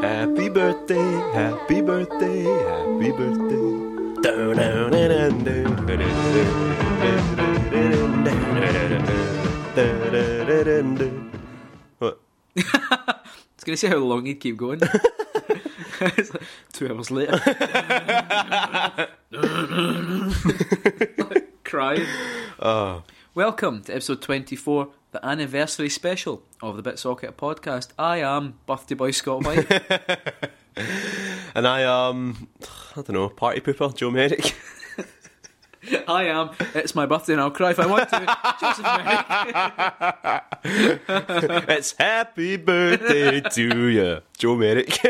Happy birthday, happy birthday, happy birthday. What? It's going to see how long he'd keep going. it's like two hours later. Crying. Oh, Welcome to episode 24, the anniversary special of the BitSocket podcast. I am Birthday Boy Scott White. and I um, I don't know, party pooper, Joe Merrick. I am. It's my birthday and I'll cry if I want to. Joseph Merrick. it's happy birthday to you, Joe Merrick.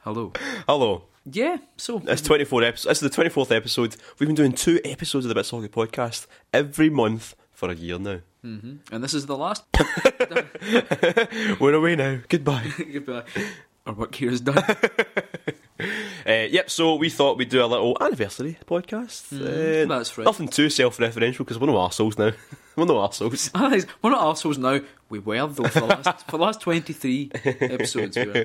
Hello. Hello. Yeah, so It's 24 episodes. It's the 24th episode. We've been doing two episodes of the Bits Hockey podcast every month for a year now. and this is the last. We're away now. Goodbye. Goodbye. Our work here is done. uh, yep, so we thought we'd do a little anniversary podcast. Uh, Mm, that's right. Nothing too self referential because we're no arseholes now. we're no arseholes. Otherwise, we're not arseholes now. We were though for the last for the last twenty three episodes. We were.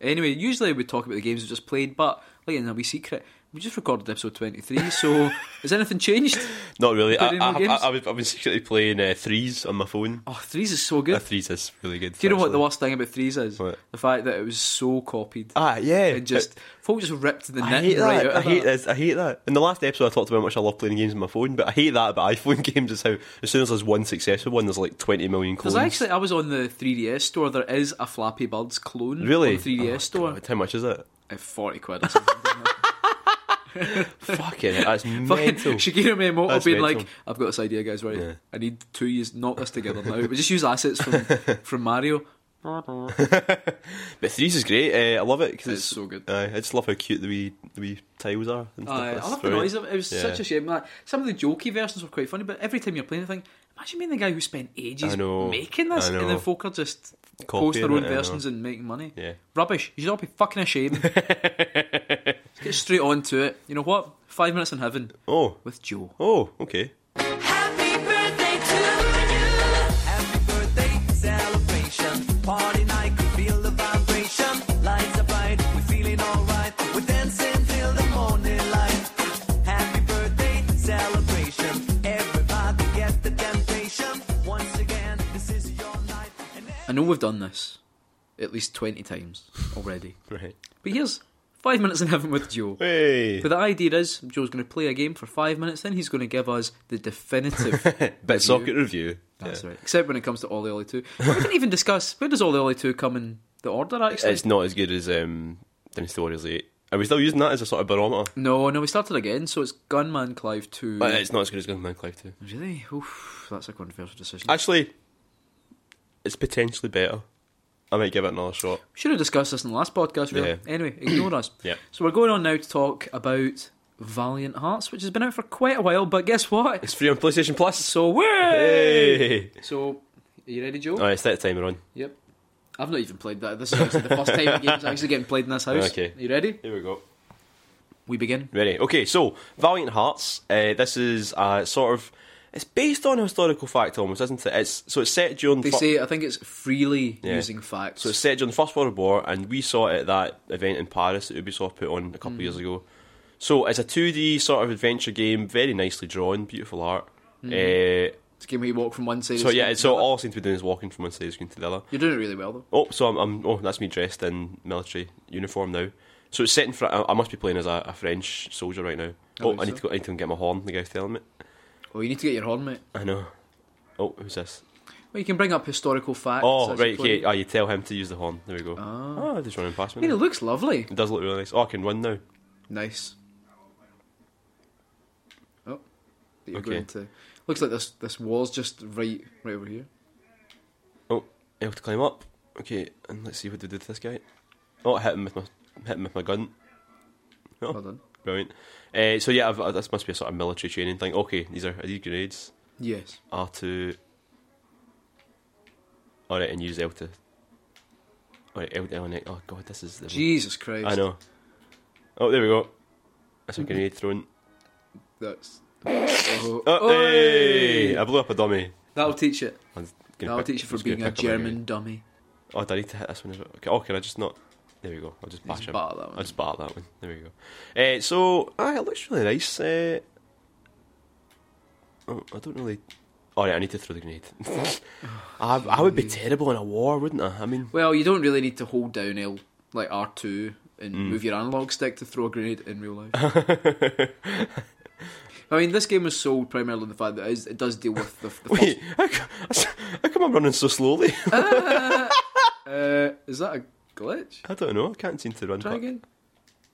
Anyway, usually we talk about the games we just played, but like in a wee secret, we just recorded episode twenty three. So has anything changed? Not really. I, Put in I, more I, games? I, have been secretly playing uh, threes on my phone. Oh, threes is so Uh, good. threes is really good. Do you know what the actually. worst thing about threes is? What? The fact that it was so copied. Ah, yeah. It just folk just ripped the I net hate right that. out I of hate that. this. I hate that. In the last episode, I talked about how much I love playing games on my phone, but I hate that about iPhone games. Is how as soon as there's one successful one, there's like 20 million clones. Because actually, I was on the 3DS store. There is a Flappy Birds clone. really, On the 3DS Oh, store God, how much is it? at forty quid. Or something. Fucking, hell, that's Fucking mental. Shigeru Miyamoto That's being mental. like, "I've got this idea, guys. Right, Yeah. I need two years knock this together now. We just use assets from from Mario. But threes is great. Uh, I love it because It's it's, so good. Aye, I just love how cute the wee the wee tiles are. And stuff. Aye, I That's love the brilliant. noise of it. It was Yeah. such a shame. Like, some of the jokey versions were quite funny, but every time you're playing, I think, imagine being the guy who spent ages I know. making this, I and know. then folk are just Copying post their own it, I know. versions and making money. Yeah. Rubbish. You should all be fucking ashamed. Just get straight on to it. You know what? Five minutes in heaven Oh, with Joe. oh, okay. Happy birthday to you. Happy birthday celebration. Party night, can feel the vibration. Lights are bright, we're feeling alright. We're dancing till the morning light. Happy birthday celebration. Everybody get the temptation. Once again, this is your night. And I know we've done this at least twenty times already. Right. But here's five minutes in heaven with Joe. Hey, But the idea is Joe's going to play a game for five minutes, then he's going to give us the definitive. bit socket review. That's Yeah. right. Except when it comes to Ollie Ollie 2. We didn't even discuss where does Ollie Ollie 2 come in the order, actually? It's not as good as um, Dynasty Warriors Eight. Are we still using that as a sort of barometer? No, no, we started again, so it's Gunman Clive 2. But uh, it's not as good as Gunman Clive Two. really? Oof, that's a controversial decision. Actually, it's potentially better. I might give it another shot. Should have discussed this in the last podcast, really. Yeah. Anyway, ignore us. Yep. So we're going on now to talk about Valiant Hearts, which has been out for quite a while, but guess what? It's free on PlayStation Plus. So we're. Hey! So, are you ready, Joe? Alright, it's that timer on. Yep. I've not even played that. This is actually the first time the game's actually getting played in this house. Okay. Are you ready? Here we go. We begin. Ready. Okay, so Valiant Hearts. Uh, this is uh, sort of. It's based on a historical fact almost, isn't it? It's so it's set during. They fir- say, I think it's freely Yeah. using facts. so it's set during the First World War, and we saw it at that event in Paris that Ubisoft put on a Hmm. couple of years ago. So it's a 2D sort of adventure game, very nicely drawn, beautiful art. Hmm. Uh, it's a game where you walk from one side so of the yeah, screen to so another. all I seem to be doing is walking from one side of the screen to the other. You're doing it really well, though. Oh, so I'm, I'm. Oh, that's me dressed in military uniform now. So it's set in. Fr- I I must be playing as a, a French soldier right now. Oh, Oh, I is need it? to go. I need to go and get my horn. The guy's telling me. Oh, you need to get your horn, mate. I know. Oh, who's this? Well, you can bring up historical facts. Oh, as you right, play. okay. Ah, you tell him to use the horn. There we go. Oh, just running past I me. mean, it now. looks lovely. It does look really nice. Oh, I can run now. Nice. Oh, that you're Okay. going to. Looks like this this wall's just right right over here. Oh, I have to climb up. Okay, and let's see what they did to this guy. Oh, I hit him with my hit him with my gun. Oh, Well done. brilliant. Uh, so yeah, I've, uh, this must be a sort of military training thing. Okay, these are are these grenades? Yes. R two. All right, and use L to. All right, L down. Oh god, this is. The Jesus Christ. I know. Oh, there we go. That's a grenade thrown. That's. Oh. Oh, Oi! hey! I blew up a dummy. That'll teach it. I'm gonna That'll pick- teach you for I'm just gonna being a pick up guy. German dummy. Oh, do I need to hit this one as well? Okay, oh, can I just not? There we go. I'll just bash Just him. battle that one. I'll just battle that one. There we go. Uh, so, aye, it looks really nice. Uh, oh, I don't really. All right, I need to throw the grenade. I, I would be terrible in a war, wouldn't I? I mean, Well, you don't really need to hold down L like R two and Mm. move your analog stick to throw a grenade in real life. I mean, this game was sold primarily on the fact that it, is, it does deal with the, the wait, how, co- how come I'm running so slowly? first. Uh, is that a glitch? I don't know. I can't seem to run. Try back. again.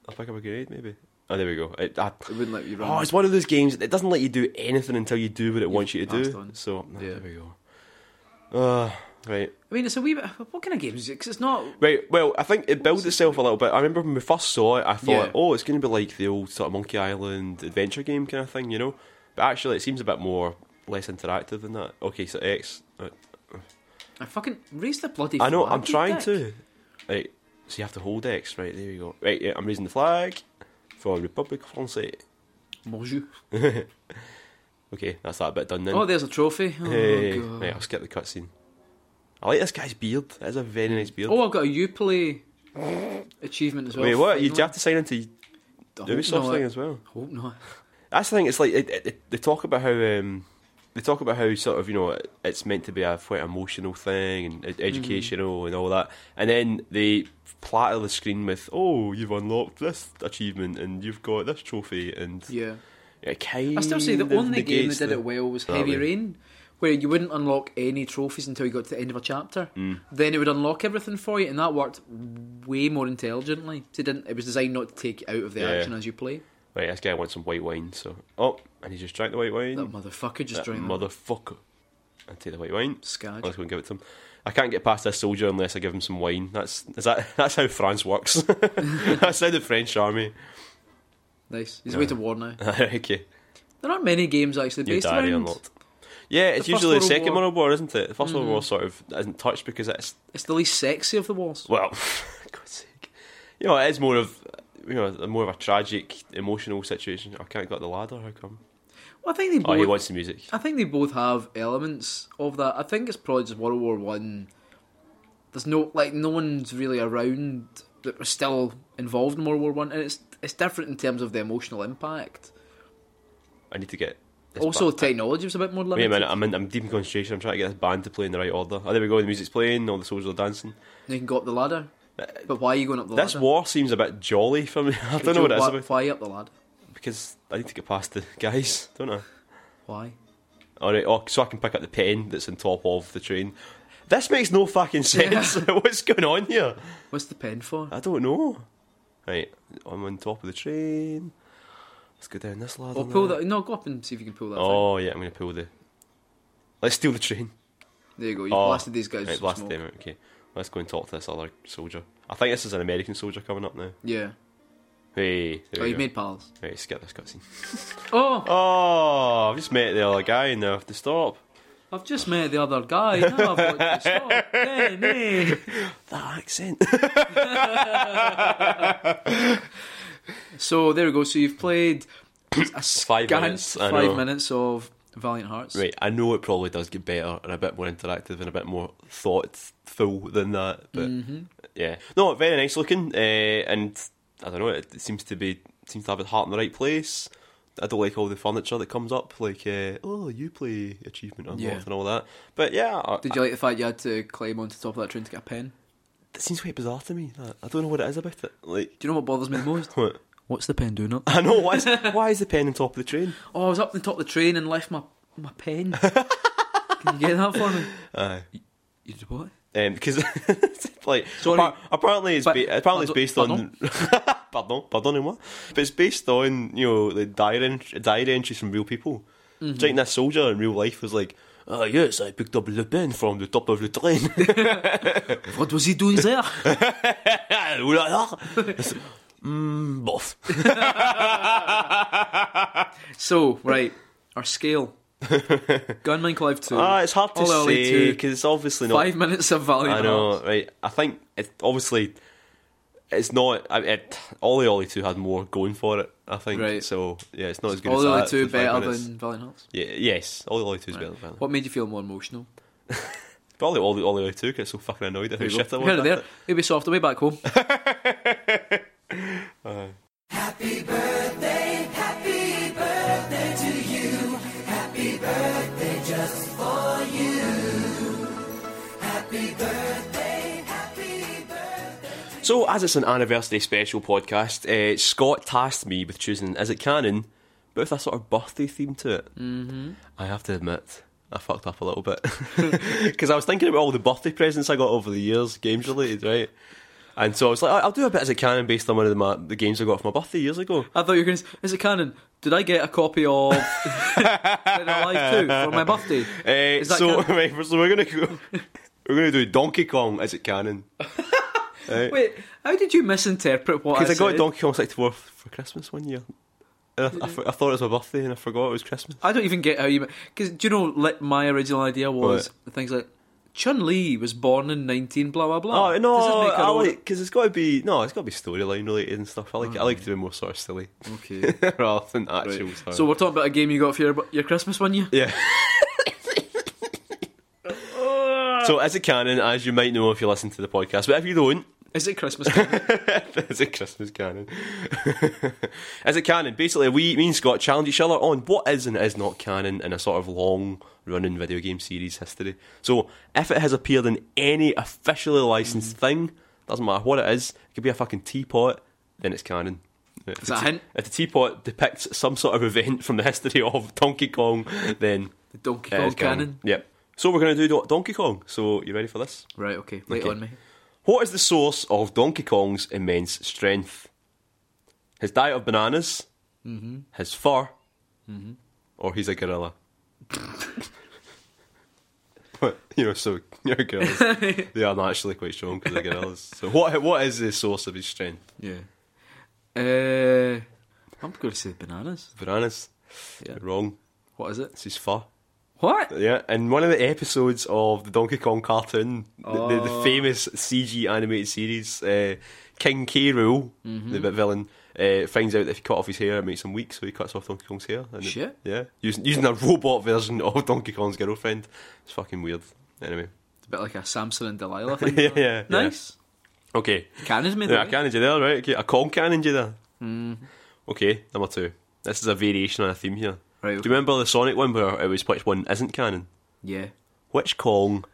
I'll pick up a grenade, maybe. Oh, there we go. It, I, It wouldn't let you run. Oh, it's one of those games that doesn't let you do anything until you do what it wants you to passed do. on. So ah, Yeah. there we go. Uh, right, I mean, it's a wee bit. What kind of game is it? Because it's not. right. Well, I think it built itself a little bit. I remember when we first saw it, I thought, Yeah. oh, it's going to be like the old sort of Monkey Island adventure game kind of thing, you know. But actually, it seems a bit more less interactive than that. Okay, so X. uh, I fucking raise the bloody. I know. flag, I'm you trying dick. to. Right, so you have to hold X. Right there you go. Right, yeah, I'm raising the flag for Republic of France. Bonjour. Okay, that's that bit done then. Oh, there's a trophy. Oh, Hey, God. right, I'll skip the cutscene. I like this guy's beard. That is a very nice beard. oh, I've got a you play achievement as well. Wait, what? You do finally. you have to sign into I hope Ubisoft not. thing as well. Hope not. That's the thing. It's like it, it, it- they talk about how um, they talk about how sort of you know it- it's meant to be a quite emotional thing and Mm-hmm. ed- educational and all that, and then they platter the screen with oh you've unlocked this achievement and you've got this trophy and Yeah. it kind I still say the of only game that negates did Mm, the- it well was that Heavy way. Rain, where you wouldn't unlock any trophies until you got to the end of a chapter. Mm. Then it would unlock everything for you, and that worked way more intelligently. So it didn't. It was designed not to take you out of the Yeah. action as you play. Right, this guy wants some white wine, so oh, and he just drank the white wine. That motherfucker just Mm. That drank that. motherfucker. I take the white wine. Scadge. Let's go and give it to him. I can't get past this soldier unless I give him some wine. That's is that that's how France works. that's how the French army. Nice. He's away to war now. okay. There aren't many games actually New based diary around. unlocked. Yeah, it's First usually the World Second War. Mm. World War, isn't it? The First World War sort of isn't touched because it's It's the least sexy of the wars. well, God's sake. You know, it is more of you know more of a tragic, emotional situation. I can't get the ladder. How come? Well, I think they Oh, he both. wants the music. I think they both have elements of that. I think it's probably just World War One. There's no like no one's really around that was still involved in World War One, and it's it's different in terms of the emotional impact. I need to get. This also, back. technology was a bit more Wait a limited. minute, I'm, in, I'm deep in concentration. I'm trying to get this band to play in the right order. Oh, there we go. The music's playing. All the soldiers are dancing. You can go up the ladder, but why are you going up the This ladder? war seems a bit jolly for me. Uh, I don't know Joe, what it is why, about Why up the ladder? because I need to get past the guys, don't I? Why? All right. Oh, so I can pick up the pen that's on top of the train. This makes no fucking sense. What's going on here? What's the pen for? I don't know. Right, I'm on top of the train. Let's go down this ladder. Or Oh, pull now. that? No, go up and see if you can pull that. thing. Oh yeah, I'm gonna pull the. Let's steal the train. There you go. You Oh, blasted these guys. Right, with blast smoke. them out. Okay, let's go and talk to this other soldier. I think this is an American soldier coming up now. Yeah. Hey, there oh, we you go. made pals. Right, skip this cutscene. Oh, Oh, I've just met the other guy and now I have to stop. I've just met the other guy. Now I've got to stop. Hey, hey. That accent. So there we go. So you've played a Five scant minutes, I know. five minutes of Valiant Hearts. right, I know it probably does get better and a bit more interactive and a bit more thoughtful than that, but Mm-hmm. yeah. No, very nice looking, uh, and I don't know, it, it seems to be seems to have its heart in the right place. I don't like all the furniture that comes up, like uh, oh, you play achievement unlocked Yeah. and all that. But yeah, I, Did you like the fact you had to climb onto top of that train to get a pen? it seems quite bizarre to me. That I don't know what it is about it. Like, Do you know what bothers me the most? what? What's the pen doing up? I know why is, why is the pen on top of the train? Oh, I was up on top of the train and left my my pen. Can you get that for me? Aye. You did what? Um, because it's like Sorry. appar- apparently it's But- ba- apparently it's pardon- based on pardon pardon what? But it's based on you know the diary ent- diary entries from real people. Mm-hmm. mm this soldier in real life was like, ah yes, I picked up Le Pen from the top of the train. What was he doing there? Ooh la la. Mm, boff. so right, our scale. Gunman Clive two. Ah, it's hard to All LA say two. because it's obviously not. Five minutes of I Valiant know, Hearts. right? I think it obviously it's not. I mean, it, Ollie Ollie two had more going for it. I think. Right. So yeah, it's not as good. All as the that, other two the five better minutes. than Valiant Hearts. Yeah, yes, Ollie Ollie two is better. than Valiant. What made you feel more emotional? But all the all the all the way too, get so fucking annoyed at how There you shit I go. was. Heard it at there. it. It'll be soft away back home. So, as it's an anniversary special podcast, uh, Scott tasked me with choosing is it canon, but with a sort of birthday theme to it. Mm-hmm. I have to admit, I fucked up a little bit because I was thinking about all the birthday presents I got over the years, games related, right? And so I was like, I- I'll do a bit as a canon based on one of the, ma- the games I got for my birthday years ago. I thought you were going to say, is it canon? Did I get a copy of Dead or Alive 2 for my birthday? Uh, Is that so, canon? right, so we're gonna go, we're gonna do Donkey Kong as it canon Wait, how did you misinterpret what I because I, got said? Donkey Kong 64 f- for Christmas one year. And I, I Hmm. f- I thought it was my birthday and I forgot it was Christmas. I don't even get how you. Because do you know like, my original idea was things like Chun Li was born in nineteen blah blah blah. Oh no, Does this make her I own- like because it's got to be no, it's got to be storyline related and stuff. I like I like to be more sort of silly Okay. rather than actual. Right. stuff. So we're talking about a game you got for your your Christmas one year. yeah. so as a canon, as you might know if you listen to the podcast, but if you don't, Is it Christmas? Is it Christmas canon? is it canon? Basically, we, me and Scott challenge each other on what is and is not canon in a sort of long running video game series history. So, if it has appeared in any officially Mm. licensed thing, doesn't matter what it is, it could be a fucking teapot, then it's canon. If that the a hint? If the teapot depicts some sort of event from the history of Donkey Kong, then the Donkey it Kong is canon. canon. Yep. So, we're going to do Don- Donkey Kong. So, you ready for this? Right. Okay. Wait Okay. on me. What is the source of Donkey Kong's immense strength? His diet of bananas, his fur, or he's a gorilla? but, you know, so you know, gorillas, they are actually quite strong because they're gorillas. So, what what is the source of his strength? Yeah. Uh, I'm going to say bananas. Bananas. Yeah. Wrong. What is it? It's his fur. What? Yeah, and one of the episodes of the Donkey Kong cartoon, the, the, Oh. the famous CG animated series, uh, King K. Rool, Mm-hmm. the bit villain, uh, finds out that if you cut off his hair, it makes him weak, so he cuts off Donkey Kong's hair. And it- Shit. yeah, using, using a robot version of Donkey Kong's girlfriend. It's fucking weird. Anyway, It's a bit like a Samson and Delilah thing. Yeah, yeah, Nice. okay. Cannon's made. Yeah, I it. Mm-hmm. cannoned you there, right? Okay, I con cannoned you there. Okay, number two. This is a variation on a theme here. Right, Do okay. you remember the Sonic one where it was which one isn't canon? Yeah. Which Kong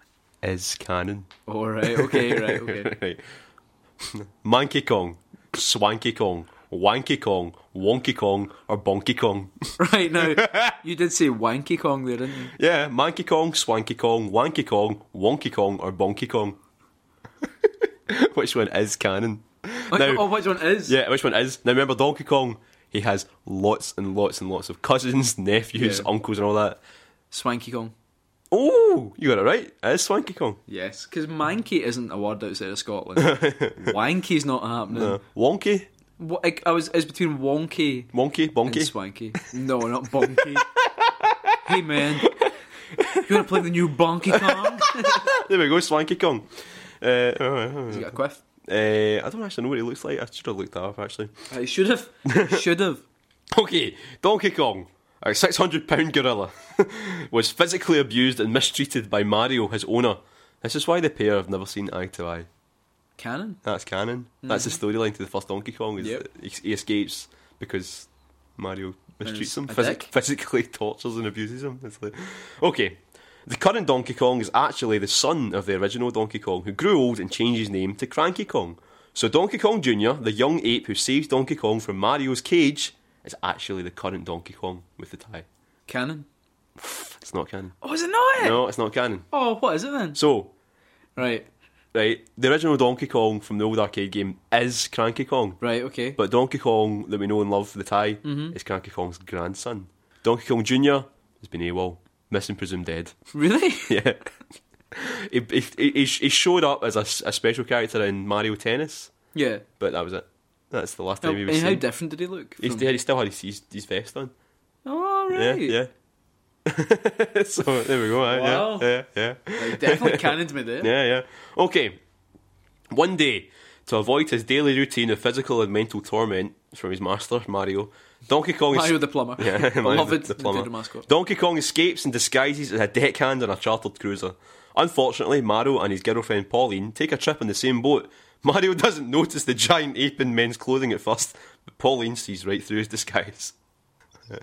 is canon? All right. Okay. Right. Okay. right. Mankey Kong, Swanky Kong, Wanky Kong, Wonky Kong, or Bonky Kong. right now, you did say Wanky Kong there, didn't you? yeah, Mankey Kong, Swanky Kong, Wanky Kong, Wonky Kong, or Bonky Kong. which one is canon? Now- oh, which one is? Yeah, which one is? Now remember Donkey Kong, he has lots and lots and lots of cousins, nephews, Yeah. uncles, and all that. Swanky Kong. Oh, you got it right. It is Swanky Kong. Yes, because manky isn't a word outside of Scotland. Wanky's not happening. Uh, wonky, Wha- I, I was, it's between wonky Wonky, and Bonky. swanky. No, not bonky. hey man, you want to play the new Bonky Kong? there we go, Swanky Kong. Uh, alright, alright. you got a quiff. Uh, I don't actually know what he looks like. I should have looked that up actually. I should have, should have. Okay, Donkey Kong, a 600 pound gorilla, was physically abused and mistreated by Mario, his owner. This is why the pair have never seen eye to eye. Canon. That's canon. That's the storyline to the first Donkey Kong. Is Mm-hmm. Yep. that he, he escapes because Mario mistreats He's him, a physic- dick. physically tortures and abuses him. It's like, okay, the current Donkey Kong is actually the son of the original Donkey Kong, who grew old and changed his name to Cranky Kong. So Donkey Kong Jr., the young ape who saves Donkey Kong from Mario's cage, is actually the current Donkey Kong with the tie. Canon. It's not canon. Oh, is it not? it? No, it's not canon. Oh, what is it then? So Right, right, the original Donkey Kong from the old arcade game is Cranky Kong. right, okay. But Donkey Kong that we know and love, the tie, Mm-hmm. is Cranky Kong's grandson. Donkey Kong Jr. has been AWOL, missing, presumed dead. really? yeah. He, he, he, he showed up as a, s- a special character in Mario Tennis, yeah. but that was it. That's the last Now, time he was Oh, and how seen. different did he look? He's, from- he still had his, his, his vest on. Oh, Yeah, right. yeah. so there we go. eh? Wow. Yeah, yeah, yeah. Like, definitely canoned me there. Yeah, yeah. Okay. One day, to avoid his daily routine of physical and mental torment from his master, Mario, Donkey Kong is- Mario the Plumber. Yeah, Mario Beloved the plumber. Nintendo mascot. Donkey Kong escapes and disguises as a deckhand on a chartered cruiser. Unfortunately, Mario and his girlfriend Pauline take a trip on the same boat. Mario doesn't notice the giant ape in men's clothing at first, but Pauline sees right through his disguise. Uh,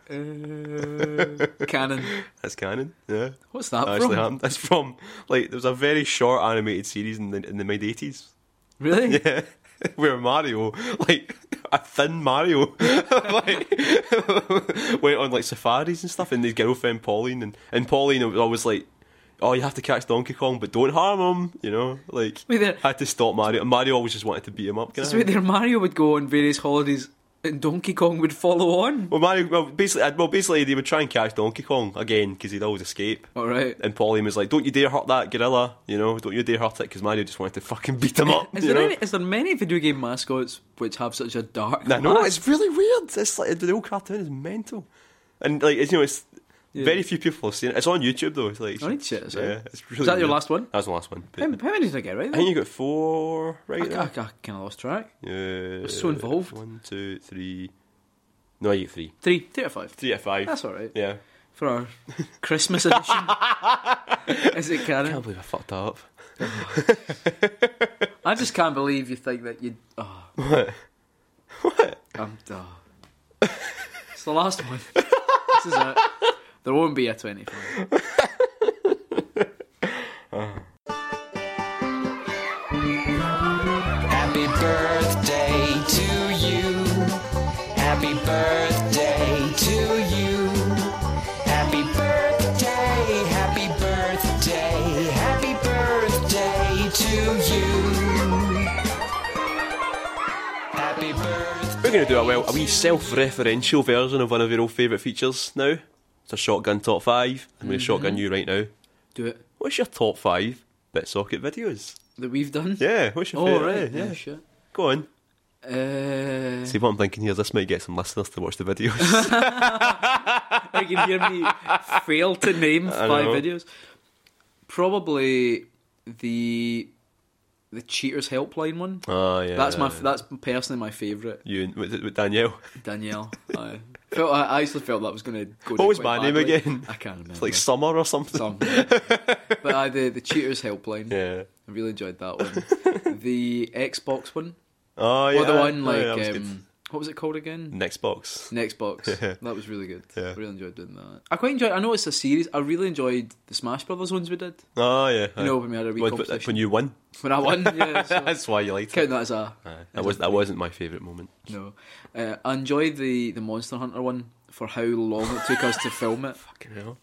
canon. That's canon. Yeah, What's that That from? actually happened. That's from like there was a very short animated series in the in the mid eighties. Really? Yeah. Where Mario, like a thin Mario, like went on like safaris and stuff, and his girlfriend Pauline, and, and Pauline was always like, "Oh, you have to catch Donkey Kong, but don't harm him," you know. Like, Wait there. had to stop Mario. and Mario always just wanted to beat him up. kind That's of where thing. their Mario would go on various holidays and Donkey Kong would follow on. Well, Mario, well, basically, uh, well, basically, they would try and catch Donkey Kong again because he'd always escape. Alright. And Pauline was like, "Don't you dare hurt that gorilla," you know. Don't you dare hurt it because Mario just wanted to fucking beat him up. Is you there, know? any, is there many video game mascots which have such a dark I know past? Oh, it's really weird. It's like the old cartoon is mental, and like it's, you know, it's Yeah. very few people have seen it. It's on YouTube though. Oh, It's like I need to check this out. yeah, it's really. Is that your weird. last one? That was the last one. but- How, how many did I get right I there? think you got four right I, there. kind of lost track. Yeah, was so involved. One, two, three. No, you get three. Three, three out of five. Three at five. That's alright. yeah. For our Christmas edition. Is it I canon? can't believe I fucked that up. I just can't believe you think that you'd. Oh, What? What? I'm. Oh. It's the last one. this is it. There won't be a 25. Happy birthday to you. Happy birthday to you. Happy birthday, happy birthday, happy birthday to you. Happy birthday. We're going to do a, well, a wee self-referential version of one of your old favourite features now. It's a shotgun top five. I'm going to shotgun you right now. Do it. What's your top five Bitsocket videos? That we've done? Yeah, what's your Oh, favourite? right. Yeah, Yeah, yeah. shit. Go on. Uh, See what I'm thinking here. This might get some listeners to watch the videos. I can hear me fail to name five know. videos. Probably the the cheaters helpline one. oh yeah, That's my that's personally my favourite. you and with, with Danielle. Danielle, I felt I I actually felt that was going to go. What down was quite my name badly. again? I can't remember. It's like summer or something. Some. but uh, the the cheaters helpline. Yeah. I really enjoyed that one. the Xbox one, Oh yeah. or the one Oh, yeah, like that was um, what was it called again? good. next box. Next box. that was really good. Yeah. I really enjoyed doing that. I quite enjoyed. I know it's a series. I really enjoyed the Smash Brothers ones we did. Oh yeah. You know, when we had a wee when, competition. when you won. When I won, yeah. So That's why you liked count it. that as a Aye. That was that wasn't my favourite moment. no. Uh, I enjoyed the the Monster Hunter one for how long it took us to film it. Fucking hell.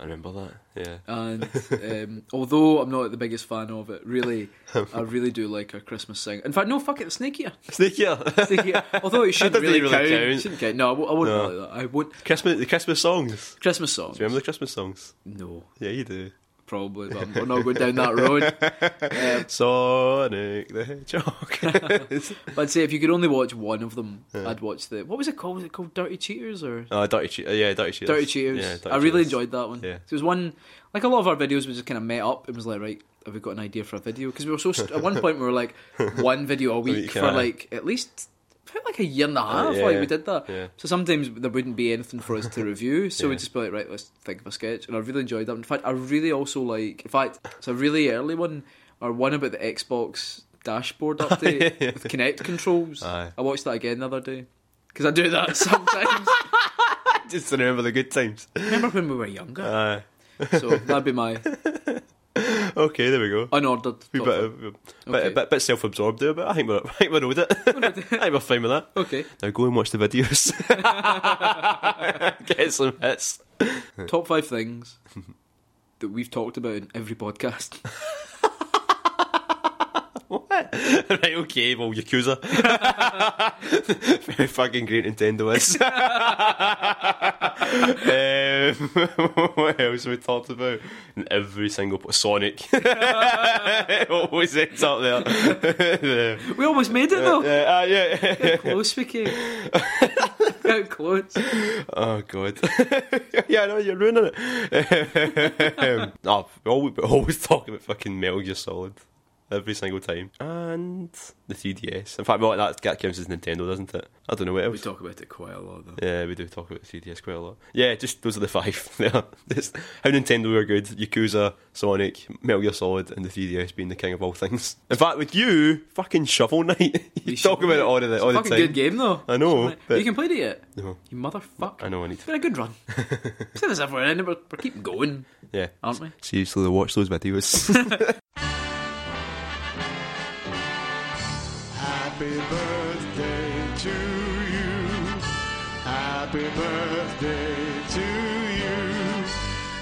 I remember that. Yeah. And um, although I'm not the biggest fan of it, really, I really do like our Christmas sing. In fact, no, fuck it, the Snake Eater. Snake Eater. Snake Eater. Although it shouldn't doesn't really, really count. count. Shouldn't count. No, I w- I wouldn't No. like that. I won't. Christmas the Christmas songs. Christmas song. Do you remember the Christmas songs? No, Yeah, you do. probably, but I'm- we're not going down that road. Sonic the Hedgehog. But I'd say if you could only watch one of them, I'd watch the what was it called? Was it called Dirty Cheaters or oh, Dirty Cheaters. Yeah, Dirty Cheaters. Dirty Cheaters? Yeah, Dirty I really Cheaters. enjoyed that one. Yeah. So it was one like a lot of our videos we just kind of met up and was like, right, have we got an idea for a video? Because we were so st- at one point we were like one video a week for yeah. Uh, like at least for like a year and a half. yeah, Like we did that. yeah. So sometimes there wouldn't be anything for us to review, so we'd just be like, right, let's think of a sketch. And I really enjoyed that. In fact, I really also like. In fact, it's a really early one or one about the Xbox dashboard update with Kinect controls. Aye. I watched that again the other day because I do that sometimes. Just remember the good times. Remember when we were younger? Aye. so that'd be my okay, there we go. unordered. We top bit, five. a bit, bit, bit self-absorbed there, but I think we're, I think we're owed it. I think we're fine with that. Okay, Now go and watch the videos. Get some hits. top five things that we've talked about in every podcast. Right, okay, well, Yakuza. Very fucking great Nintendo is. um, what else we talked about? Every single... po- Sonic. Always ends up there. Uh, We almost made it though. yeah, ah, yeah. Close we came. How close. Oh god. yeah, I know you're ruining it. um, oh, we always, we always talk about fucking Metal Gear Solid. every single time. And the 3DS. In fact, well, that, that counts as Nintendo, doesn't it? I don't know what We else. talk about it quite a lot, though. Yeah, we do talk about 3DS quite a lot. Yeah, just those are the five. Yeah. It's how Nintendo are good: Yakuza, Sonic, Metal Gear Solid, and the 3DS being the king of all things. In fact, with you, fucking Shovel Knight, you We talk should- about it all the It's all a the fucking time. good game, though. I know, Something like- but- you can play it yet. No, You motherfucker. I know I need It's to. been a good run. Say this everywhere, and we're, we're keeping going, Yeah, aren't we? seriously, watch those videos. Happy birthday to you. Happy birthday to you.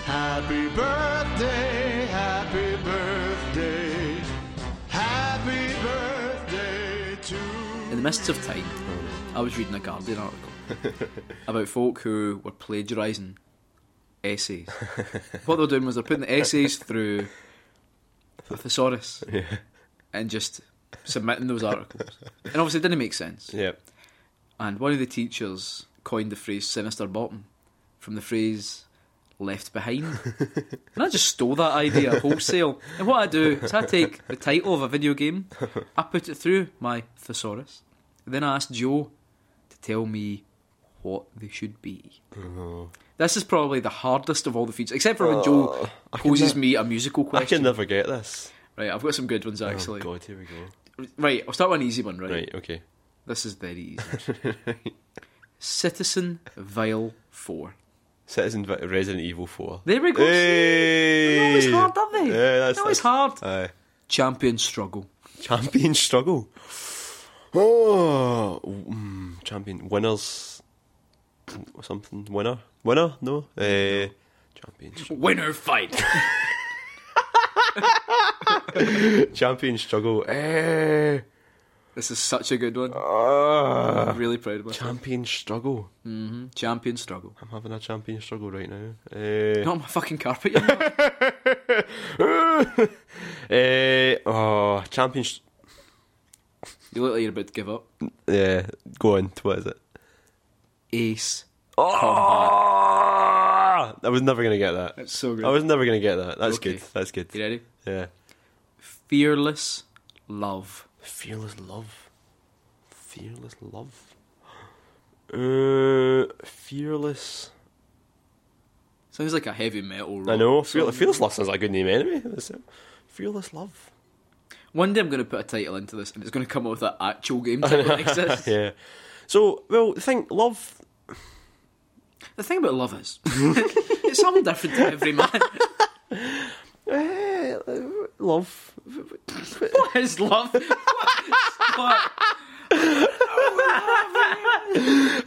Happy birthday, happy birthday. Happy birthday to In the mists of time, I was reading a Guardian article about folk who were plagiarising essays. what they were doing was they're putting the essays through a thesaurus yeah, and just submitting those articles. And obviously, it didn't make sense. yeah. And one of the teachers coined the phrase sinister bottom from the phrase left behind. and I just stole that idea wholesale. And what I do is I take the title of a video game, I put it through my thesaurus, and then I ask Joe to tell me what they should be. Uh-huh. This is probably the hardest of all the features, except for Uh, when Joe poses me a musical I can question. never get this. Right, I've got some good ones actually. Oh God, here we go. right, I'll start with an easy one, right? Right, okay. This is very easy. Citizen Vile 4. Citizen Vi- Resident Evil Four. There we go. Hey! They're always hard, aren't they? Yeah, that's They're always that's- hard. Aye. Champion Struggle. Champion struggle. Oh, mm, champion winners. or Something winner winner no uh, champion Winner fight. champion struggle eh, this is such a good one. ah. I'm really proud of myself. champion struggle. Champion Struggle. I'm having a champion struggle right now. Eh, Not on my fucking carpet, you know. eh, oh, champion. St- you look like you're about to give up. yeah, eh, go on. What is it? Ace. Oh, I was never gonna get that. That's so good. I was never gonna get that. That's Okay. good. That's good. You ready? Yeah. Fearless Love. Fearless love. Fearless love. Uh, fearless. Sounds like a heavy metal rock I know. song. Fearless, fearless love sounds like a good name anyway. That's it. Fearless love. One day I'm going to put a title into this and it's going to come up with an actual game title that exists. yeah. So, well, the thing love. The thing about love is, it's something different to every man. eh, love. what is love? What- what?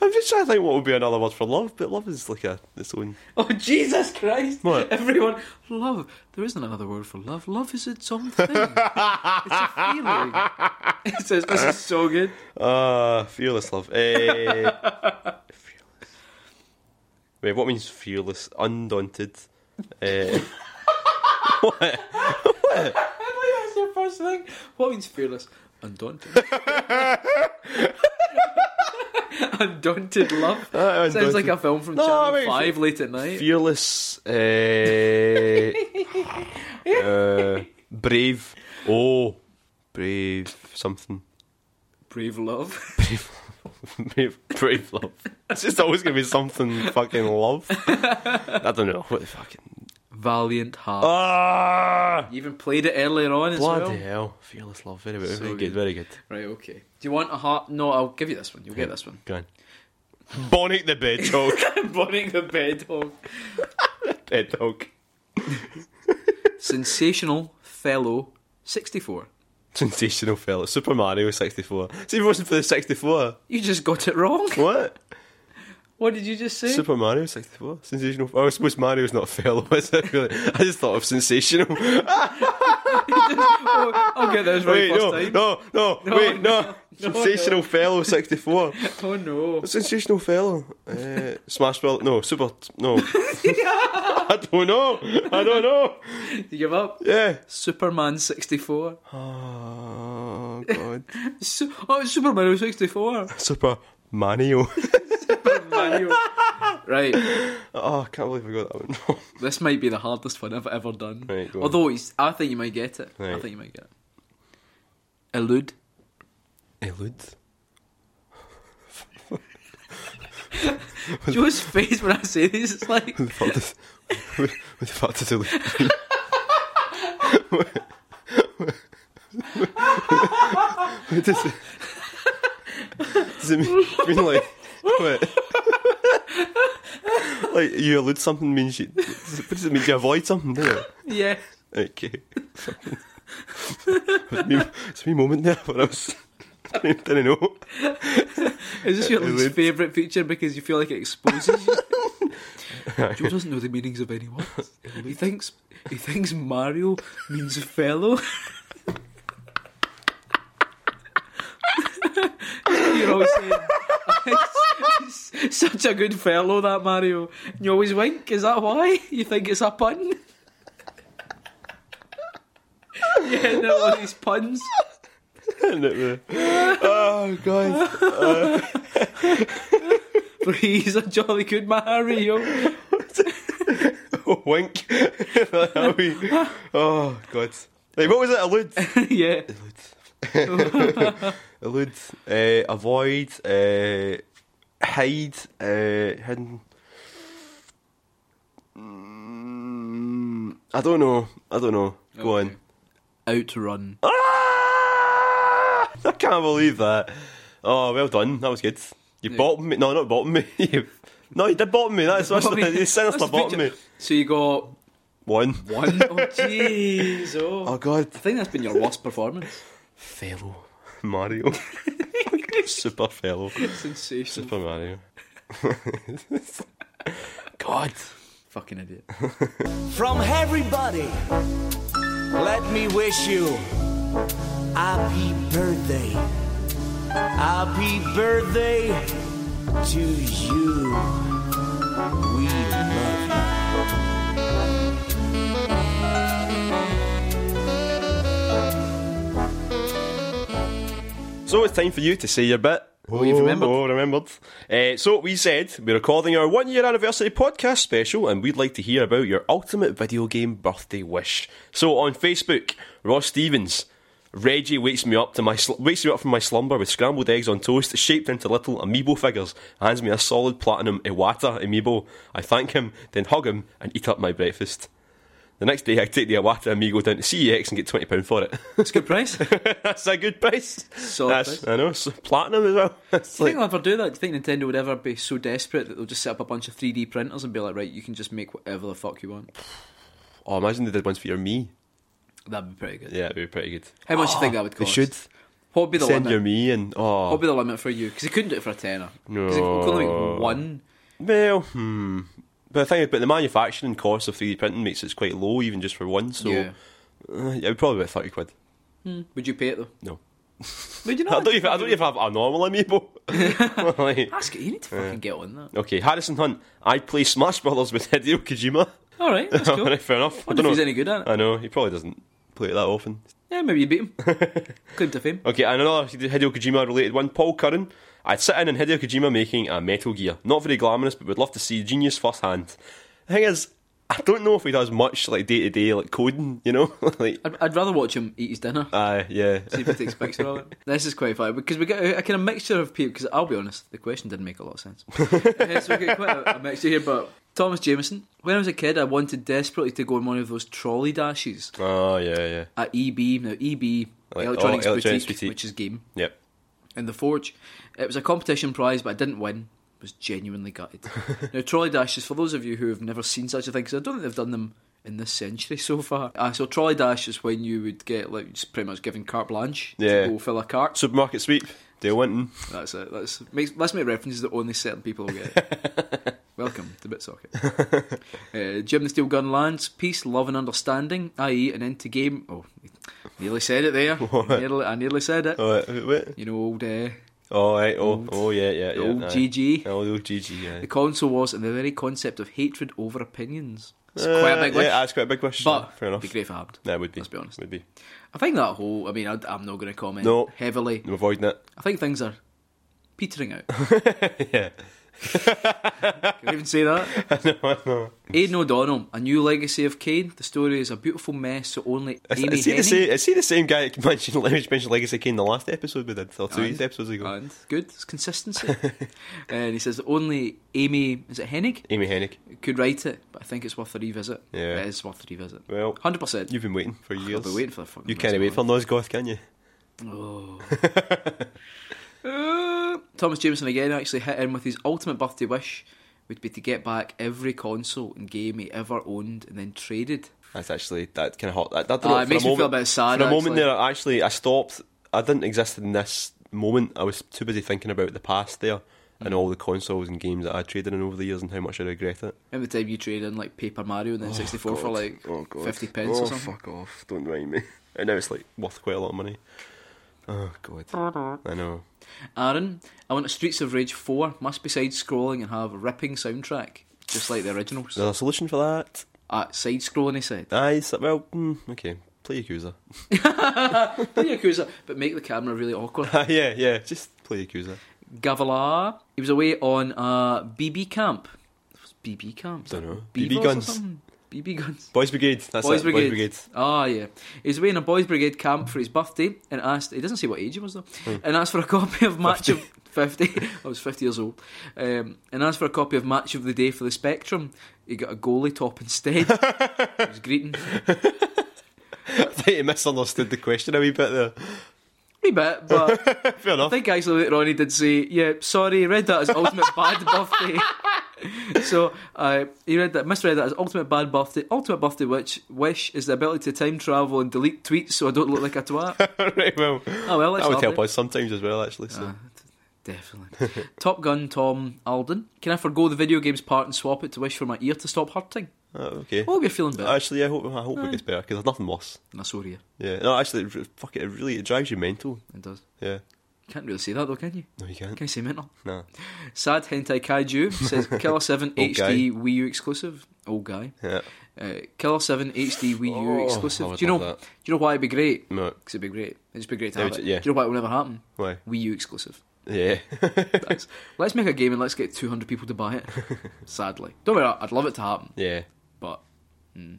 I'm just trying to think what would be another word for love, but love is like a its own. Oh Jesus Christ! What? Everyone, love. There isn't another word for love. Love is its own thing. it's a feeling. It says this is so good. Ah, fearless love. Eh, fearless. Wait, what means fearless? Undaunted. Eh, That's your first thing. What means fearless? Undaunted. undaunted love. Ah, Sounds like undaunted. a film from No, Channel I mean, Five late at night. Fearless, uh, uh, brave. Oh, brave something. Brave love. Brave, brave, brave love. It's just always gonna be something fucking love. I don't know what the fucking. Valiant heart. Ah, you even played it earlier on as bloody well. hell! Fearless love. Very, very, So good. good. Very good. Right. Okay. Do you want a heart? No, I'll give you this one. You'll get this one. Go on. Bonnet the bedhog. Burning the bed hog. bedhog. Sensational fellow 64. Sensational fella. Super Mario 64. See, if it wasn't for the 64. You just got it wrong. What? What did you just say? Super Mario 64. Sensational. Oh, I suppose Mario's not a fellow, is it? Really? I just thought of sensational. oh, I'll get those right wait, first no, time. no, no, No, wait, no. no, sensational fellow 64. Oh no. sensational fellow. Uh, Smash Bros. No, Super. No. I don't know. I don't know. You give up? Yeah. Superman 64. Oh, God. Su- oh, it's Super Mario 64. Super Mario. Mario. right, Oh, I can't believe I got that one wrong. this might be the hardest one I've ever done. Right, go on. Although it's, I think you might get it. I Right. think you might get it. Elude. Elude. Joe's face when I say this, it's like Who the fuck does? Who who the fuck does elude? mean? What does it? Does it mean, mean like what? like you elude something means you? Does it, does it mean you avoid something? Does it? yeah. Okay. it's me, it's me moment there when I was. I didn't know. Is this your least Elude. favourite feature because you feel like it exposes you? Joe doesn't know the meanings of any words. He thinks he thinks Mario means fellow. You're always saying such a good fellow that Mario. And you always wink, is that why? You think it's a pun? yeah, they're all these puns. oh god. But he's a jolly good Mario. Wink. How we- oh god. Like, what was it? Elude. yeah. Elude. Uh, avoid. Uh, hide. Uh, hidden. Mm, I don't know. I don't know. Go Okay. on. Outrun. Ah! I can't believe that. Oh, well done. That was good. You Yeah. bottomed me. No, not bottomed me. You- no, you did bottom me. That's that's Bottom me. you sinister That's the bottom me. picture. So you got One. one. Oh jeez. Oh. Oh god. I think that's been your worst performance. Fellow Mario. Super fellow. Sensational. Super Mario. God. Fucking idiot. From everybody, let me wish you happy birthday. Happy birthday to you. We love you. So it's time for you to say your bit. Oh, you've remembered. Oh, remembered. Uh, so we said we're recording our one year anniversary podcast special and we'd like to hear about your ultimate video game birthday wish. So on Facebook, Ross Stevens. Reggie wakes me up to my sl- wakes me up from my slumber with scrambled eggs on toast shaped into little amiibo figures. Hands me a solid platinum Iwata amiibo. I thank him, then hug him and eat up my breakfast. The next day, I take the Iwata amiibo down to CEX and get twenty pound for it. It's a good price. Do you That's a good price. Solid That's- price. I know, it's platinum as well. It's think like, they'll ever do that? Do you think Nintendo would ever be so desperate that they'll just set up a bunch of 3D printers and be like, right, you can just make whatever the fuck you want? oh, imagine they did ones for your me. That'd be pretty good. Yeah, it'd be pretty good. How much do you think that would They cost? should What would be the send limit? your me and oh, What would be the limit for you? Because they couldn't do it for a tenner. 'Cause No. they could only make one. well, hmm. But the thing is, but the manufacturing cost of 3D printing makes it quite low, even just for one. So Yeah. uh, yeah, probably about thirty quid. Would you pay it though? No, Would you I not? don't even. I don't even have a normal amiibo. Like, Ask it. You need to fucking get on that. okay, Harrison Hunt. I play Smash Brothers with Hideo Kojima. All right, that's cool. Alright, Fair enough. I Wonder don't if know. he's any good at it. I know he probably doesn't play it that often. Yeah, maybe you beat him. Claim to fame. Okay, and another Hideo Kojima related one, Paul Curran. I'd sit in on Hideo Kojima making a Metal Gear. Not very glamorous, but would love to see genius firsthand. The thing is, I don't know if he does much like day to day like coding, you know? like I'd, I'd rather watch him eat his dinner. uh yeah. See if he takes pictures of it. This is quite funny because we get a, a kind of mixture of people. Because I'll be honest, the question didn't make a lot of sense. Uh, so we get quite a, a mixture here. But Thomas Jameson, when I was a kid, I wanted desperately to go on one of those trolley dashes Oh yeah, yeah. at EB. Now EB, Like, Electronics, oh, Electronics Boutique, Boutique. which is game Yep. in the Forge. It was a competition prize, but I didn't win. Was genuinely gutted. now trolley dashes for those of you who have never seen such a thing, because I don't think they've done them in this century so far. Uh, so trolley dash is when you would get like just pretty much given carte blanche Yeah. to go fill a cart. Supermarket sweep, Dale Winton. That's it. That's makes, let's make references that only certain people will get. Welcome to Bitsocket. Uh, Jim the Steel Gun lands peace, love, and understanding, i.e., an end to game. Oh, nearly said it there. Nearly, I nearly said it. Oh wait, wait. You know, old, uh, Oh, right, oh, oh yeah, yeah, yeah. old aye. GG. Oh, the old GG, yeah. The console was, and the very concept of hatred over opinions. It's quite a Uh, big yeah, wish. that's quite a big wish. but fair enough. Be great if I had. That would be. Let's be honest. Would be. I think that whole. I mean, I, I'm not going to comment No. heavily. I'm avoiding it. I think things are petering out. yeah. Can I even say that? Aiden O'Donnell, A New Legacy of Kane. The story is a beautiful mess, so only Is, Amy is, he the Hennig- same, is he the same guy that mentioned, mentioned Legacy Kane in the last episode we did, or two And- episodes ago? And good, it's consistency. and he says that only Amy, is it Hennig, Amy Hennig. could write it, but I think it's worth a revisit. Yeah. It is worth a revisit. Well, 100%. You've been waiting for years. I've been waiting for the fucking You can't wait for Nosgoth, can you? Oh. Uh, Thomas Jameson again actually hit in with his ultimate birthday wish would be to get back every console and game he ever owned and then traded. That's actually that kind of hot. That, that, Ah, it for makes a me feel moment, a bit sad, For a moment actually. there, actually, I stopped. I didn't exist in this moment. I was too busy thinking about the past there Mm. and all the consoles and games that I traded in over the years and how much I regret it. Remember the time you traded in like Paper Mario and then 64 for like 50 pence or something? Oh, fuck off! Don't mind me. And now it's like worth quite a lot of money. Oh god, I know. Aaron, I want a Streets of Rage 4, must be side scrolling and have a ripping soundtrack, just like the originals. There's a solution for that. Uh, side scrolling, he said. Aye, so, well, mm, okay. Play Yakuza. Play Yakuza, uh, but make the camera really awkward. Ah, yeah, yeah. Just play Yakuza. Gavala, he was away on uh, BB camp. What's BB camp? Is Don't that know. Beavers BB or guns. something? BB guns. Boys Brigade. That's Boys it. Brigade. Boys Brigade. Ah, yeah. He was away in a Boys Brigade camp for his birthday and asked, he doesn't say what age he was though, Hmm. and asked for a copy of Match of 50. I was 50 years old. Um, and asked for a copy of Match of the Day for the Spectrum. He got a goalie top instead. he was greeting. I think he misunderstood the question a wee bit there. A wee bit, but. Fair I enough. think actually later on he did say, "Yeah, sorry, read that as ultimate bad birthday." so uh, he read that, misread that as ultimate bad birthday. Ultimate birthday which wish is the ability to time travel and delete tweets so I don't look like a twat. right, well, Oh well, that's that would lovely. help us sometimes as well, actually. So. Ah, d- Definitely. Top Gun Tom Alden. Can I forgo the video games part and swap it to wish for my ear to stop hurting? Oh, okay. Oh, you're feeling better. Actually, I hope I hope Ah. it gets better because there's nothing worse. no, sorry, Yeah. No, actually, it re- fuck it. It really it drives you mental. it does. Yeah. Can't really say that though, can you? No, you can't. Can you say mental? No. Sad Hentai Kaiju says Killer 7 HD guy. Wii U exclusive. Old guy. Yeah. Uh, Killer Seven HD Wii U Oh, I exclusive. would Do you know? love that. Do you know why it'd be great? Because No. it'd be great. It'd just be great to Yeah, have it's- it. yeah. Do you know why it will never happen? Why? Wii U exclusive. Yeah. That's, let's make a game and let's get 200 people to buy it. Sadly, don't worry. I'd love it to happen, yeah. but mm.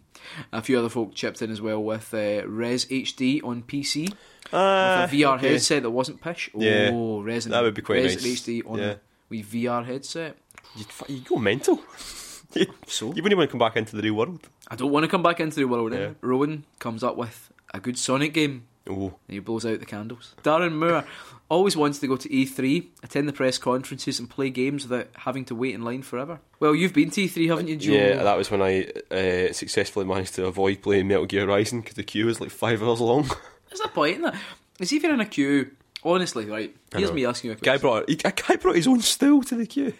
a few other folk chipped in as well with uh, Res HD on PC with Uh, a VR okay. headset that wasn't pish. Yeah. Oh, Res That would be quite Res nice. HD on Yeah. we VR headset. You, you go mental. you, So? you wouldn't even come back into the real world. I don't want to come back into the world. eh? Yeah. Rowan comes up with a good Sonic game. Oh. and he blows out the candles. Darren Moore always wants to go to E3, attend the press conferences, and play games without having to wait in line forever. Well, you've been to E3, haven't you, Joe? Yeah, that was when I uh, successfully managed to avoid playing Metal Gear Rising because the queue was like five hours long. There's a point in that. You See, if you're in a queue, honestly, right? Here's know. me asking you a guy question. brought he, a guy brought his own stool to the queue.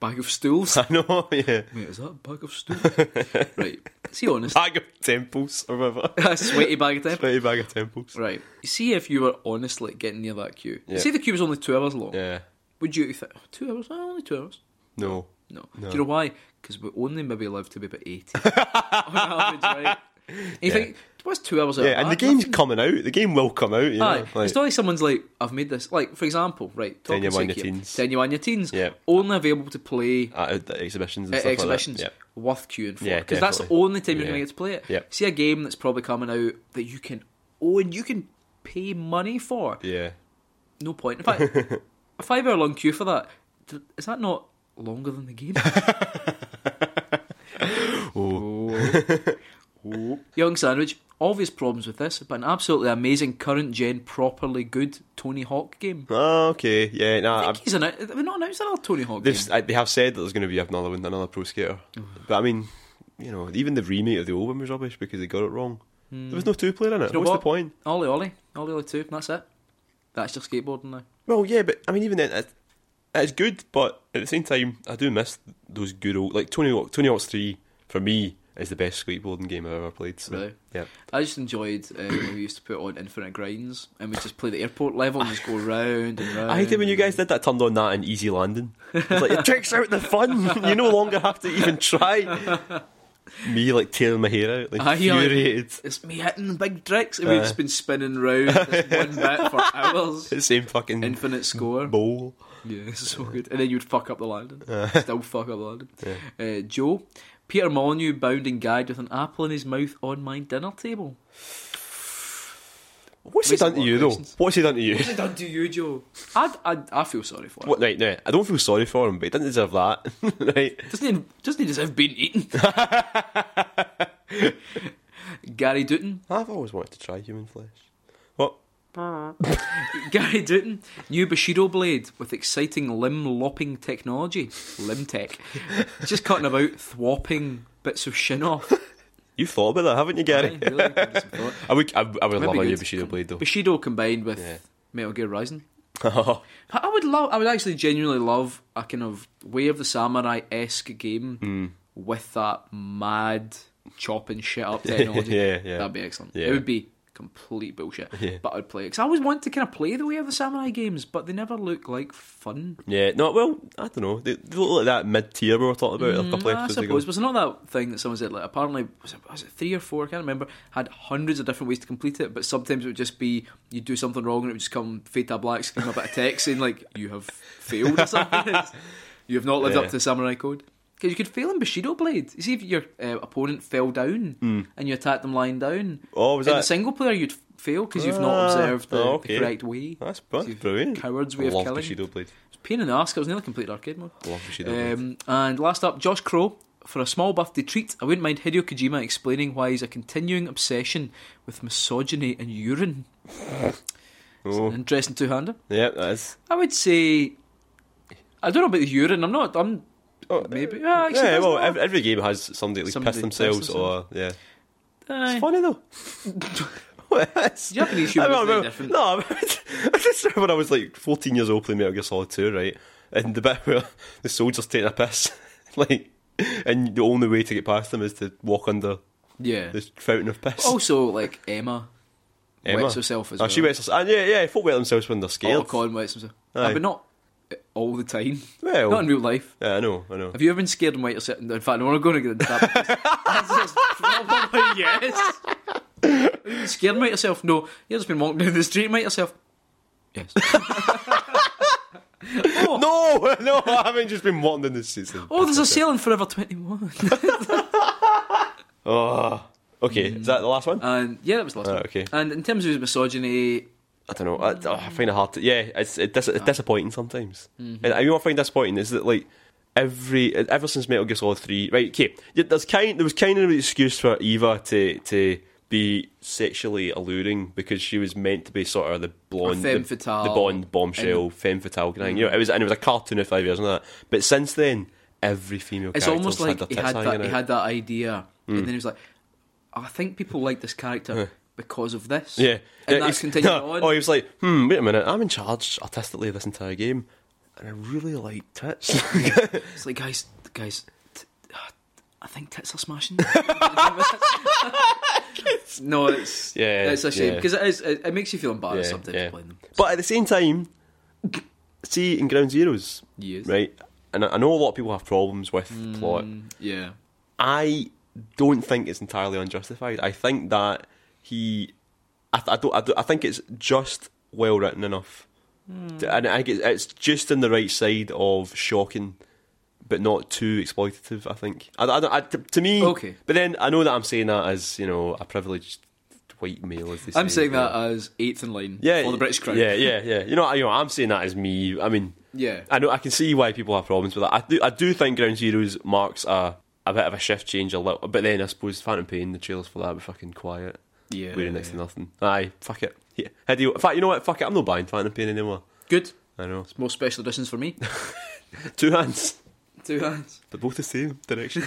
Bag of stools. I know. Yeah. Wait, is that a bag of stools? right. See, honest. Bag of temples or whatever. A sweaty bag of temp. Sweaty bag of temples. Right. See if you were honestly getting near that queue. Yeah. See, the queue was only two hours long. Yeah. Would you think, oh, two hours? Oh, only two hours. No. No. Do you know why? Because we only maybe live to be about 80. on average, right? And you think, what's two hours out of Yeah, and the that? game's Nothing. coming out. The game will come out. Yeah. Aye. it's not like someone's like, I've made this. Like, for example, right, Then you're talking on your sick here. teens. Then you're on your teens. Yeah. Only available to play at, at uh, the E- exhibitions and at stuff exhibitions. like that. Worth queuing for. Yeah, Because that's the definitely. only time you're Yeah. going to get to play it. Yep. See a game that's probably coming out that you can own, you can pay money for. Yeah. Yeah. No point. In fact, a five hour long queue for that, th- is that not longer than the game? Oh. Young Sandwich, obvious problems with this, but an absolutely amazing current gen, properly good Tony Hawk game. Oh, okay. Yeah. Nah. I I'm- think he's an. They've not announced another Tony Hawk game. They've, I, they have said that there's going to be another one, another pro skater. Mm-hmm. But I mean, you know, even the remake of the old one was rubbish because they got it wrong. There was no two player in it. Hmm. You know What's what? the point? Ollie Ollie. Ollie Ollie 2, that's it. That's just skateboarding now. Well, yeah, but I mean, even then, it, it's good. But at the same time, I do miss those good old like Tony Hawk. Tony Hawk's Three for me is the best skateboarding game I've ever played. So, Really? yeah, I just enjoyed uh, when we used to put on Infinite Grinds and we just play the airport level and just go round and round. I hate it when you guys did that. Turned on that and easy landing. It's like it takes out the fun. you no longer have to even try. Me like tearing my hair out, like Aye, you're like- infuriated. It's me hitting the big tricks, and we've Uh. just been spinning round this one bit for hours. The same fucking Infinite score. bowl. Yeah, it's so good. And then you'd fuck up the landing. Still fuck up the landing. Uh, Joe, Peter Molyneux bound and gagged with an apple in his mouth on my dinner table. What's he Waste a done to lot of you, though? questions. What's he done to you? What's it done to you, Joe? I, I, I feel sorry for him. What, right, now, I don't feel sorry for him, but he didn't deserve that. right? Doesn't he, doesn't he deserve being eaten? Gary Dutton. I've always wanted to try human flesh. What? Gary Dutton. New Bushido blade with exciting limb lopping technology. Limb tech. Just cutting about thwopping bits of shin off. Eh, You thought about that, haven't you, Gary? Really, really give it some thought. I would, I, I would Might love be a new good. Bushido blade, though. Bushido combined with Yeah. Metal Gear Rising. oh, I- I would love. I would actually genuinely love a kind of Way of the Samurai esque game Hmm. with that mad chopping shit up technology. Yeah, yeah. That'd be excellent. Yeah. It would be complete bullshit, Yeah. but I'd play it because I always want to kind of play the Way of the Samurai games, but they never look like fun. yeah. No, well, I don't know. They, they look like that mid tier we were talking about a couple of Mm, I episodes suppose ago. was it not that thing that someone said? Like apparently was it, was it three or four? I can't remember. Had hundreds of different ways to complete it, but sometimes it would just be you do something wrong and it would just come Fata Black scream a bit of text saying like you have failed or something. It's- you have not lived up Yeah. to the samurai code. Because you could fail in Bushido Blade. You see if your uh, opponent fell down and you attacked them lying down. Hmm. Oh, was in that- the single player you'd fail because you've Ah, not observed the, oh, the okay. correct way. That's, that's You brilliant. Cowards way I of love killing. Bushido blade. Pain in the arse, 'cause I was nearly complete arcade mode. Love Bushido blade. Um, and last up, Josh Crow. For a small birthday treat, I wouldn't mind Hideo Kojima explaining why he's a continuing obsession with misogyny and urine. It's an Oh. interesting two-hander. Yeah, that is. I would say, I don't know about the urine. I'm not. I'm Oh, maybe. Ah, actually, yeah, that's well, not- every, every game has somebody that like, Somebody piss piss themselves or themselves. yeah. aye. It's funny though. What is- Japanese humour I is very remember- different. No, I remember- I just remember when I was like 14 years old playing Metal Gear Solid 2, right? And the bit where the soldier's taking a piss, like, and the only way to get past them is to walk under yeah. this fountain of piss. Also, like Emma, Oh, wets herself as oh, well. Oh, She wets herself. And yeah, yeah, folk wet themselves when they're scared. Otto Con wets himself. Aye. Ah, but not all the time. Well. not in real life. yeah, I know, I know. Have you ever been scared and wet yourself? In fact, we're not going to get into that. because that's just probably yes. Have you been scared and wet yourself? No. You've just been walking down the street and wet yourself? Yes. No, no, I haven't just been wanting in this season. Oh, there's a sale on Forever 21. Oh. Okay, is that the last one? and yeah, that was the last Ah, one. okay. And in terms of his misogyny, I don't know. I, I find it hard to. Yeah, it's it dis- Ah. it's disappointing sometimes. Mm-hmm. And I mean, what I find disappointing is that like every ever since Metal Gear Solid Three, right? Okay, yeah, there's kind there was kind of an excuse for Eva to to be sexually alluring because she was meant to be sort of the blonde, femme the, fatale. Mm-hmm. the Bond bombshell, femme fatale kind of thing. You know, it was and it was a cartoon of five years and that. But since then, every female it's character almost had like their he tits had, that, hanging he out. had that idea, Mm. and then he was like, "Oh, I think people like this character because of this. Yeah. And Yeah, he's- that's continued no, on. Oh, he was like, hmm, wait a minute, I'm in charge artistically of this entire game, and I really like tits. It's like, guys, guys, t- uh, I think tits are smashing. no, it's Yeah, it's a shame yeah. because it, is- it, it makes you feel Yeah, embarrassed sometimes yeah. playing them. But at the same time, see, in Ground Zeroes, Yes. right? And I I know a lot of people have problems with the plot. Yeah, I don't think it's entirely unjustified. I think that he, I, th- I don't, I, don't, I think it's just well written enough, Hmm. To- and I think it's, it's just in the right side of shocking, but not too exploitative. I think. I, I, I- to, to me, Okay. But then I know that I'm saying that as you know a privileged white male. As they I'm say, saying you know. that as eighth in line Yeah, for the British crowd. Yeah, yeah, yeah. You know, I- you know, I'm saying that as me. I mean, Yeah. I know I can see why people have problems with that. I do, I do think Ground Zeroes marks a a bit of a shift change a little, but then I suppose Phantom Pain, the trailers for that were fucking quiet. Yeah, we're next to yeah. nothing. Aye, fuck it. Yeah. Hideo, in fact, you know what? Fuck it. I'm not buying Phantom Pain anymore. Good, I know. more special editions for me. Two hands, Two hands. but both the same direction.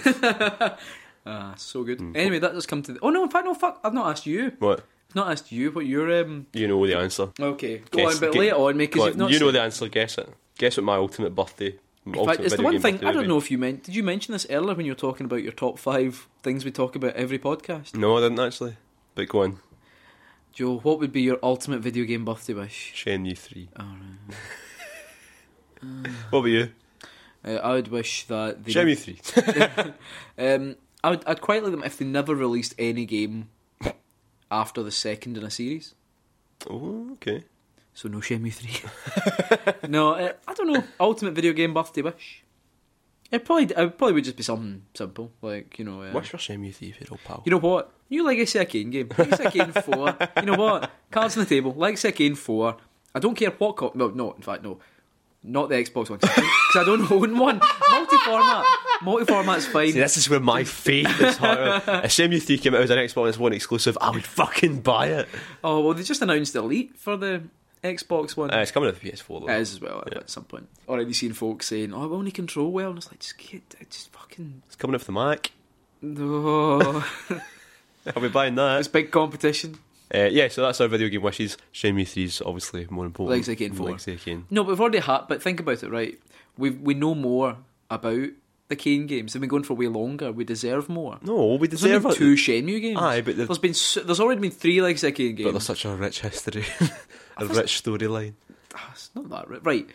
Ah, so good. Anyway, that does come to. The- oh no, in fact, no, fuck. I've not asked you. Hmm. what? I've not asked you what your um. You know the answer. Okay, go Guess- on, but gu- later on, go because you've not. You know said- the answer. Guess it. Guess what my ultimate birthday. In fact, it's the one thing I don't know Know. if you meant. Did you mention this earlier when you were talking about your top five things we talk about every podcast? No, I didn't actually. But go on. Joe, what would be your ultimate video game birthday wish? Shenmue 3. what about you? Uh, I would wish that they. Shenmue 3. Um, I would, I'd quite like them if they never released any game after the second in a series. oh, okay. So no Shenmue 3. no, uh, I don't know. Ultimate video game birthday wish. It probably, it probably would just be something simple, like you know. Uh, Wish for Shenmue 3 for your old pal. You know what? You like Legacy of Kane game. Legacy of Kane 4. You know what? Cards on the table. Legacy of Kane 4. I don't care what... Co- no, no. In fact, no. Not the Xbox One. Because I don't own one. Multi-format. Multi-format's fine. See, this is where my faith is higher. if Shenmue 3 came out as an Xbox One exclusive, I would fucking buy it. Oh, well, they just announced Elite for the Xbox One. Uh, it's coming to the PS4 though. It is as well at some point. Already seen folks saying, "Oh, I only control well," and it's like, just get, just fucking. It's coming out for the Mac. Oh. I'll be buying it's that. big competition. Uh, yeah, so that's our video game wishes. Shenmue 3 is obviously more important. Legacy of Kain than four. Legacy of Kain. No, but we've already had. But think about it, right? We we know more about the Kane games. They've been going for way longer. We deserve more. No, we There's deserve only it. two Shenmue games. Aye, but the- there's been so, there's already been three like Kane But games. there's such a rich history, a rich storyline. Ah, it's not that right. Right,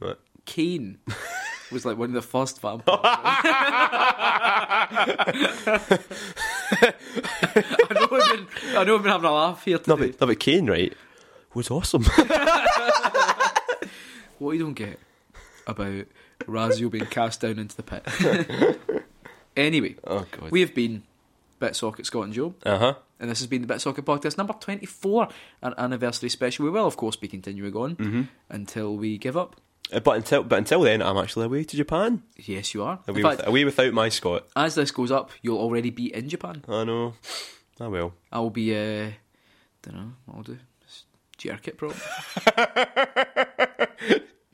Right. Kane was like one of the first vampires. I know I've been I know I've been having a laugh here No, today. but, no, but Kane, right, was awesome. What you don't get about Razio being cast down into the pit. anyway, oh, God. we have been Bitsocket Scott and Joe, Uh huh. and this has been the Bitsocket podcast number 24, our anniversary special. We will, of course, be continuing on until we give up. Uh, But until, but until then, I'm actually away to Japan. Yes, you are. In Away, fact, with, away without my Scott. as this goes up, you'll already be in Japan. I know. I will. I'll be, uh, don't know, what I'll do. Just Jerk it, probably.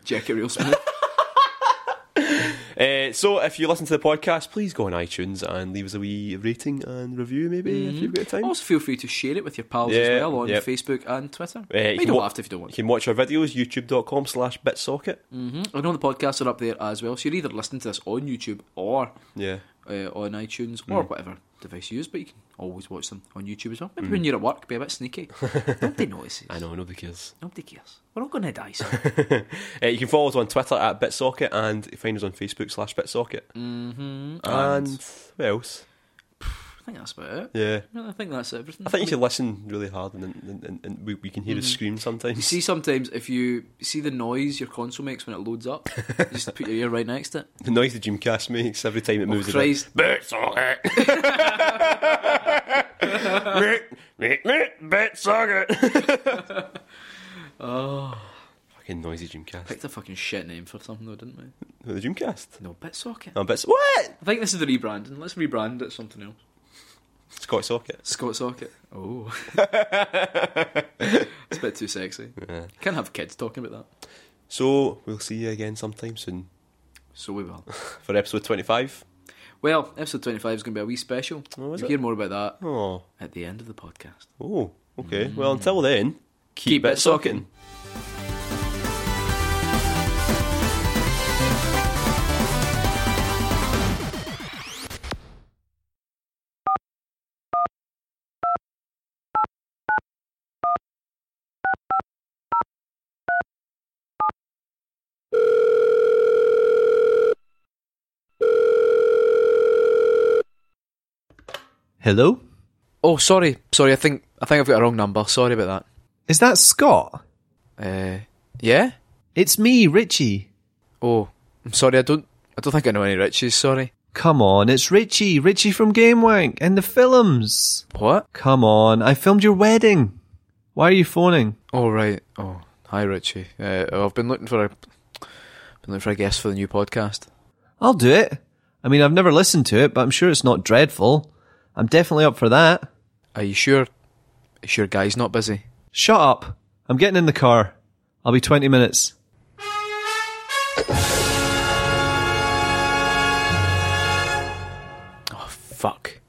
jerk it real smooth. Uh, so, if you listen to the podcast, please go on iTunes and leave us a wee rating and review, maybe if you've got time. Also, feel free to share it with your pals as Yeah, well on yep. Facebook and Twitter. Uh, you can don't wa- have to if you don't want You can watch our videos, youtube.com slash bitsocket. hmm I know the podcasts are up there as well, so you're either listening to this on YouTube or Yeah. uh, on iTunes or Hmm. whatever device you use, but you can always watch them on YouTube as well. Maybe when you're at work, be a bit sneaky. Nobody notices. Hmm. I know, nobody cares. Nobody cares. We're all going to die soon. Uh, you can follow us on Twitter at bitsocket and find us on Facebook slash bitsocket. Mm-hmm. And what else? I think that's about it. Yeah. I think that's everything. I think you should listen really hard and, and, and, and we, we can hear us scream You sometimes. see, sometimes if you see the noise your console makes when it loads up, you just put your ear right next to it. the noise the Dreamcast makes every time it moves a bit. Oh, Christ. Bitsocket! Meh, meh, meh, bitsocket! Oh, Fucking noisy Dreamcast. picked a fucking shit name for something though, didn't we? The Dreamcast. No, Bitsocket. No, bits. What? I think this is the rebranding. Let's rebrand it something else. Scott Socket. Scott Socket. Oh. it's a bit too sexy. Yeah. You can't have kids talking about that. So we'll see you again sometime soon So we will. for episode twenty-five. Well, episode 25 is going to be a wee special. Oh, is You'll it? hear more about that Oh, at the end of the podcast. oh, okay. Well, until then, keep, Keep it it socking. socking. Hello? Oh, sorry. Sorry, I think I think I've got a wrong number. Sorry about Is that Scott? that. Uh, yeah? It's me, Richie. Oh, I'm sorry. I don't I don't think I know any Richies. Sorry. Come on, it's Richie, Richie from GameWank and the films. What? Come on, I filmed your wedding. Why are you phoning? Oh right. Oh, hi Richie. Uh, oh, I've been looking for a been looking for a guest for the new podcast. I'll do it. I mean, I've never listened to it, but I'm sure it's not dreadful. I'm definitely up for that. Are you sure? You sure, guy's not busy. Shut up. I'm getting in the car. I'll be 20 minutes. Oh fuck.